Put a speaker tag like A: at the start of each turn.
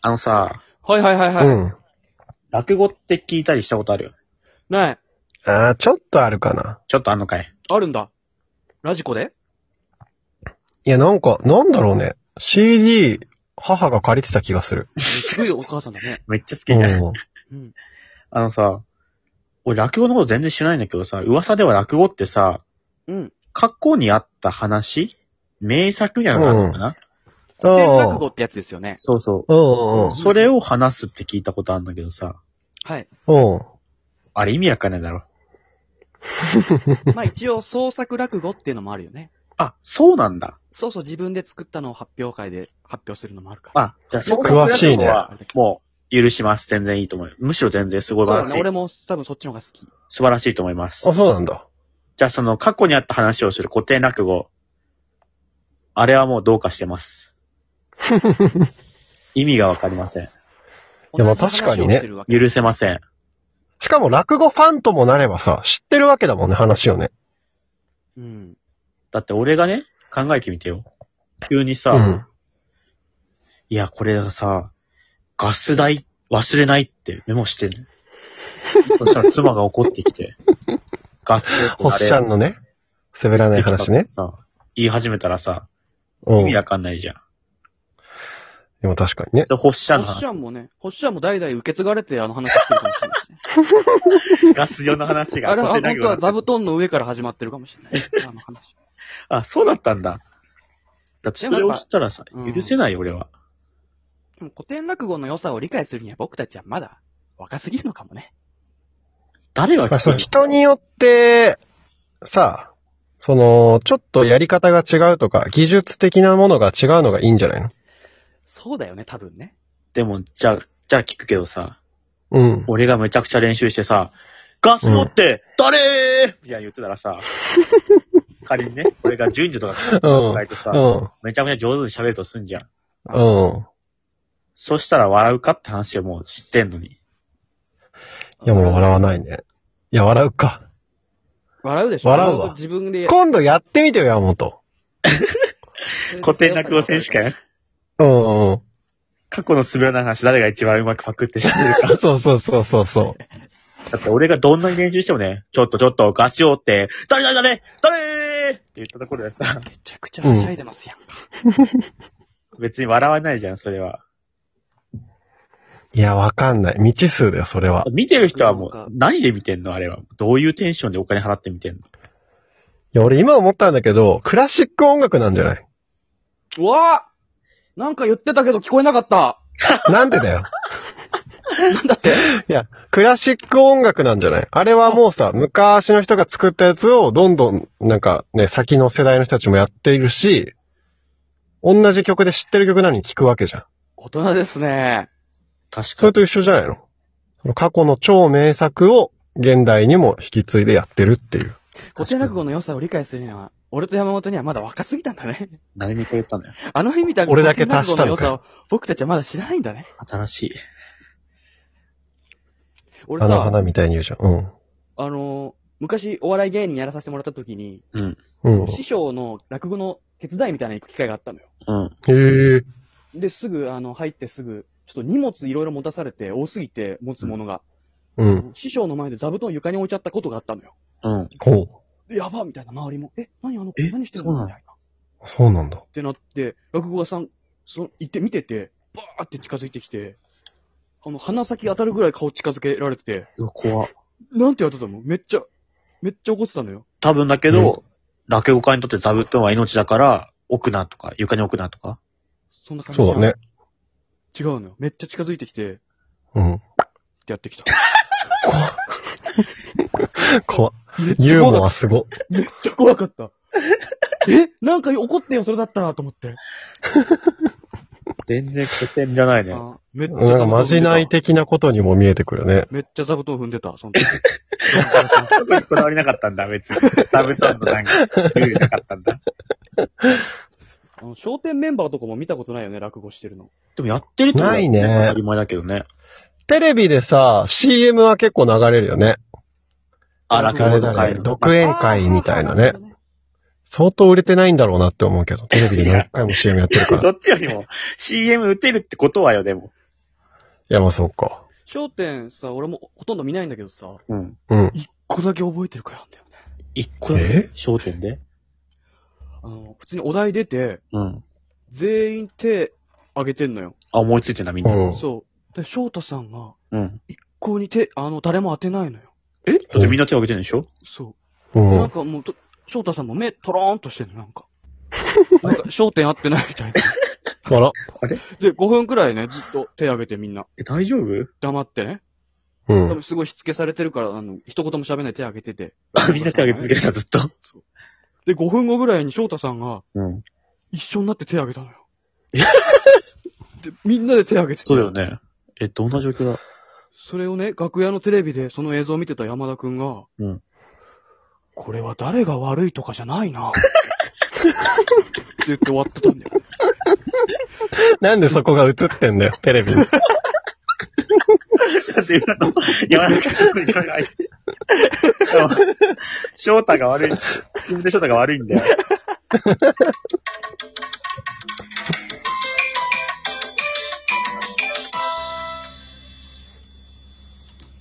A: あのさ、
B: はいはいはいはい。
C: うん。
A: 落語って聞いたりしたことあるよ。
B: ない。
C: ああ、ちょっとあるかな。
A: ちょっとあんのかい。
B: あるんだ。ラジコで
C: いや、なんか、なんだろうね。CD、母が借りてた気がする。
B: すごいお母さんだ ね。
A: めっちゃ好き
C: う
A: じゃん。
C: ん。
B: うん。
A: あのさ、俺落語のこと全然知らないんだけどさ、噂では落語ってさ、
B: うん。
A: 過去にあった話名作みたいなのがあるのかな、
C: あ
B: 古典落語
C: あ
B: ってやつですよね。
A: そうそ
C: うん
A: う。それを話すって聞いたことあるんだけどさ、
B: はい。
C: うん。うん。
A: あれ意味わかんないだろ。
B: まあ一応創作落語っていうのもあるよね。
A: あ、そうなんだ。
B: そうそう自分で作ったのを発表会で発表するのもあるから。
A: あ、じゃあ
B: よ
A: そ
B: く
A: こ
C: 詳しいね
A: はもう、許します。全然いいと思うよ。むしろ全然すごい素
B: そ
A: 晴ら
B: うだ
A: し
B: ね。
A: い。
B: 俺も多分そっちの方が好き。
A: 素晴らしいと思います。
C: あ、そうなんだ。
A: じゃあその過去にあった話をする古典落語。あれはもうどうかして ます。意味がわかりません。
C: いやまあ確かにね
B: 同じ話をしてるわけ
A: 許せません。
C: しかも落語ファンともなればさ、知ってるわけだもんね、話をね。
B: うん。
A: だって俺がね、考えてみてよ。急にさ、
C: うん。
A: いや、これがさ、ガス代忘れないってメモしてんの。そしたら妻が怒ってきて、 ガス代
C: ほっしゃんのね、滑らない話ね。
A: さ、言い始めたらさ、
C: う
A: 意
C: ん。
A: 味
C: で
A: わかんないじゃん。
C: も確かにね。
A: で、ほっしゃん
B: ホ
A: の
B: ッシ
A: 話、
B: ャンもね、ホッシャンも代々受け継がれてあの話してるかもしれないしね。
A: ガス状の話が。
B: あれは、
A: 古
B: 本
A: 典落語
B: 当
A: だ
B: は
A: った
B: 座布団の上から始まってるかもしれ ない。あの話。
A: あ、そうだったんだ。だってそれを知ったらさ、
B: でもやっぱうん
A: 許せないよ、俺は。
B: でも古典落語の良さを理解するには僕たちはまだ若すぎるのかもね。
A: 誰が
C: まあ、
A: 聞
C: そう、
A: く
C: 人によって、さ、その、ちょっとやり方が違うとか、技術的なものが違うのがいいんじゃないの
B: そうだよね、多分ね。
A: でも、じゃあ、じゃあ聞くけどさ、
C: うん。
A: 俺がめちゃくちゃ練習してさ、ガス持って、誰ーみたいな言ってたらさ、 仮にね、俺が順序とか考えてさ、
C: うん。
A: めちゃめちゃ上手に喋るとすんじゃん。
C: うん。
A: そしたら笑うかって話をもう知ってんのに。
C: いや、もう笑わないね。いや、笑うか。
B: 笑うでしょ
C: 笑うわ
B: 自分で。
C: 今度やってみてよ、山本。
A: 古典落語選手。権
C: うんうん。
A: 過去の滑らない話、誰が一番うまくパクって喋るか。
C: そうそうそうそうそ
A: だって俺がどんなに練習してもね、ちょっとちょっとガスをって、誰誰誰誰ーって言ったところでさ、
B: めちゃくちゃはしゃいでますやん。
A: 別に笑わないじゃん、それは。
C: う。いや、わかんない。未知数だよ、それは。
A: 見てる人はも
B: なん
A: う
B: か、
A: 何で見てんのあれは。どういうテンションでお金払って見てんの
C: いや、俺今思ったんだけど、クラシック音楽なんじゃないう
B: わぁなんか言ってたけど聞こえなかった。
C: なんでだよ。
B: なんだって。
C: いや、クラシック音楽なんじゃないあれはもうさ、昔の人が作ったやつをどんどん、なんかね、先の世代の人たちもやっているし、同じ曲で知ってる曲なのに聞くわけじゃん。
B: 大人ですね。
A: 確
C: それ。と一緒じゃないのその過去の超名作を現代にも引き継いでやってるっていう。
B: 古典落語の良さを理解するには、俺と山本にはまだ若すぎたんだね。
A: 何にこう言ったのよ。
B: あの日みたいな
C: 俺だけ達した
B: 古典
C: の
B: 落
C: か
B: 語の
C: よ
B: 良さを僕たちはまだ知らないんだね。
A: 新しい。
B: 俺
C: 花
B: さ、
C: 花みたいに言うじゃん。うん。
B: あのー、昔お笑い芸人やらさせてもらった時に、
A: うん。
C: うん。
B: 師匠の落語の手伝いみたいなの行く機会があったのよ。
A: うん。
C: へえ。
B: で、すぐ、あの、入ってすぐ、ちょっと荷物いろいろ持たされて、多すぎて持つものが、
C: うん。
B: 師匠の前で座布団を床に置いちゃったことがあったのよ。
A: うん。
C: ほ
B: でやばみたいな、周りも。え、何あの子
A: え
B: 何してる
A: そうなの
B: のみたいな。っ
C: う。そうなんだ。
B: てなって、落語家さん、その、行って見てて、バーって近づいてきて、あの、鼻先当たるぐらい顔近づけられてて、
A: うわ、怖。
B: なんてやってたのめっちゃ、めっちゃ怒ってたのよ。
A: 多分だけど、落語家にとって座布団は命だから、置くなとか、床に置くなとか。
B: そんな感じ
C: そうだね。
B: 違うのよ。めっちゃ近づいてきて、っ
C: うん。
B: てやってきた。
C: 怖っ
B: めっち
C: ユ
B: ゃ
C: ー
B: 怖かっ
C: モアすご。
B: た。めっちゃ怖かった。え なんか怒ってよ、それだったら、と思って。
A: 全然古典じゃないね。
B: あめっちゃ
C: なんかまじない
B: て
C: 的なことにも見えてくるね。
B: めっちゃ座布団踏んでた、その 時。
A: こだわりなかったんだ、別に。座布団のなんか、ルールなかったんだ。
B: あの、商店メンバーとかも見たことないよね、落語してるの。
A: でもやってると思う
C: ないね
A: 当たり前だけどね。
C: テレビでさ、CM は結構流れるよね。
A: あ、
B: 誰
A: 落
B: 々
A: 語の会の。
C: 独演会みたいなね。相当売れてないんだ ろうなって思うけど、テレビで何回も CM やってるか
A: どっ
C: ら。
A: ちよりも CM 打てるってことはよ、でも。
C: や、まあそうか。
B: 焦点さ、俺もほとんど見ないんだけどさ、
A: うん。
C: うん。
B: 一個だけ覚えてるからなんだよね。
A: 一個だけ焦点で
B: あの、普通にお題出て、
A: うん。
B: 全員手挙げてんのよ。
A: あ、思いついてんだ、みん
C: う
A: な。
C: ん。
B: そう。で、翔太さんが、
A: うん。
B: ここに手、あの、誰も当てないのよ。
A: えだってみんな手を挙げてるんでしょ
B: そうう。
C: ん。
B: なんかもうと、翔太さんも目、トローンとしてるの、なんか。なん か、焦点合ってないみたいな。
C: あら。
B: で、5分くらいね、ずっと手挙げてみんな。
A: え、大丈夫
B: 黙ってね。
C: う
B: 多
C: ん。
B: 分すごいしつけされてるから、あの、一言も喋んない手挙げてて。
A: あ、みんな手挙げ続けてた、ずっと。
B: で、5分後ぐらいに翔太さんが、
A: うん。
B: 一緒になって手挙げた のよ。で、みんなで手挙げてて
A: そうだよね。え、どんな状況だ
B: それをね、楽屋のテレビでその映像を見てた山田くんが、
A: うん
B: これは誰が悪いとかじゃな いな。って言って終わってたんだよ。
C: なんでそこが映ってんだよ、テレビに。
A: だって今の、山中君に声が入って。 しかも、翔太が悪い。自分で翔太が悪いんだよ。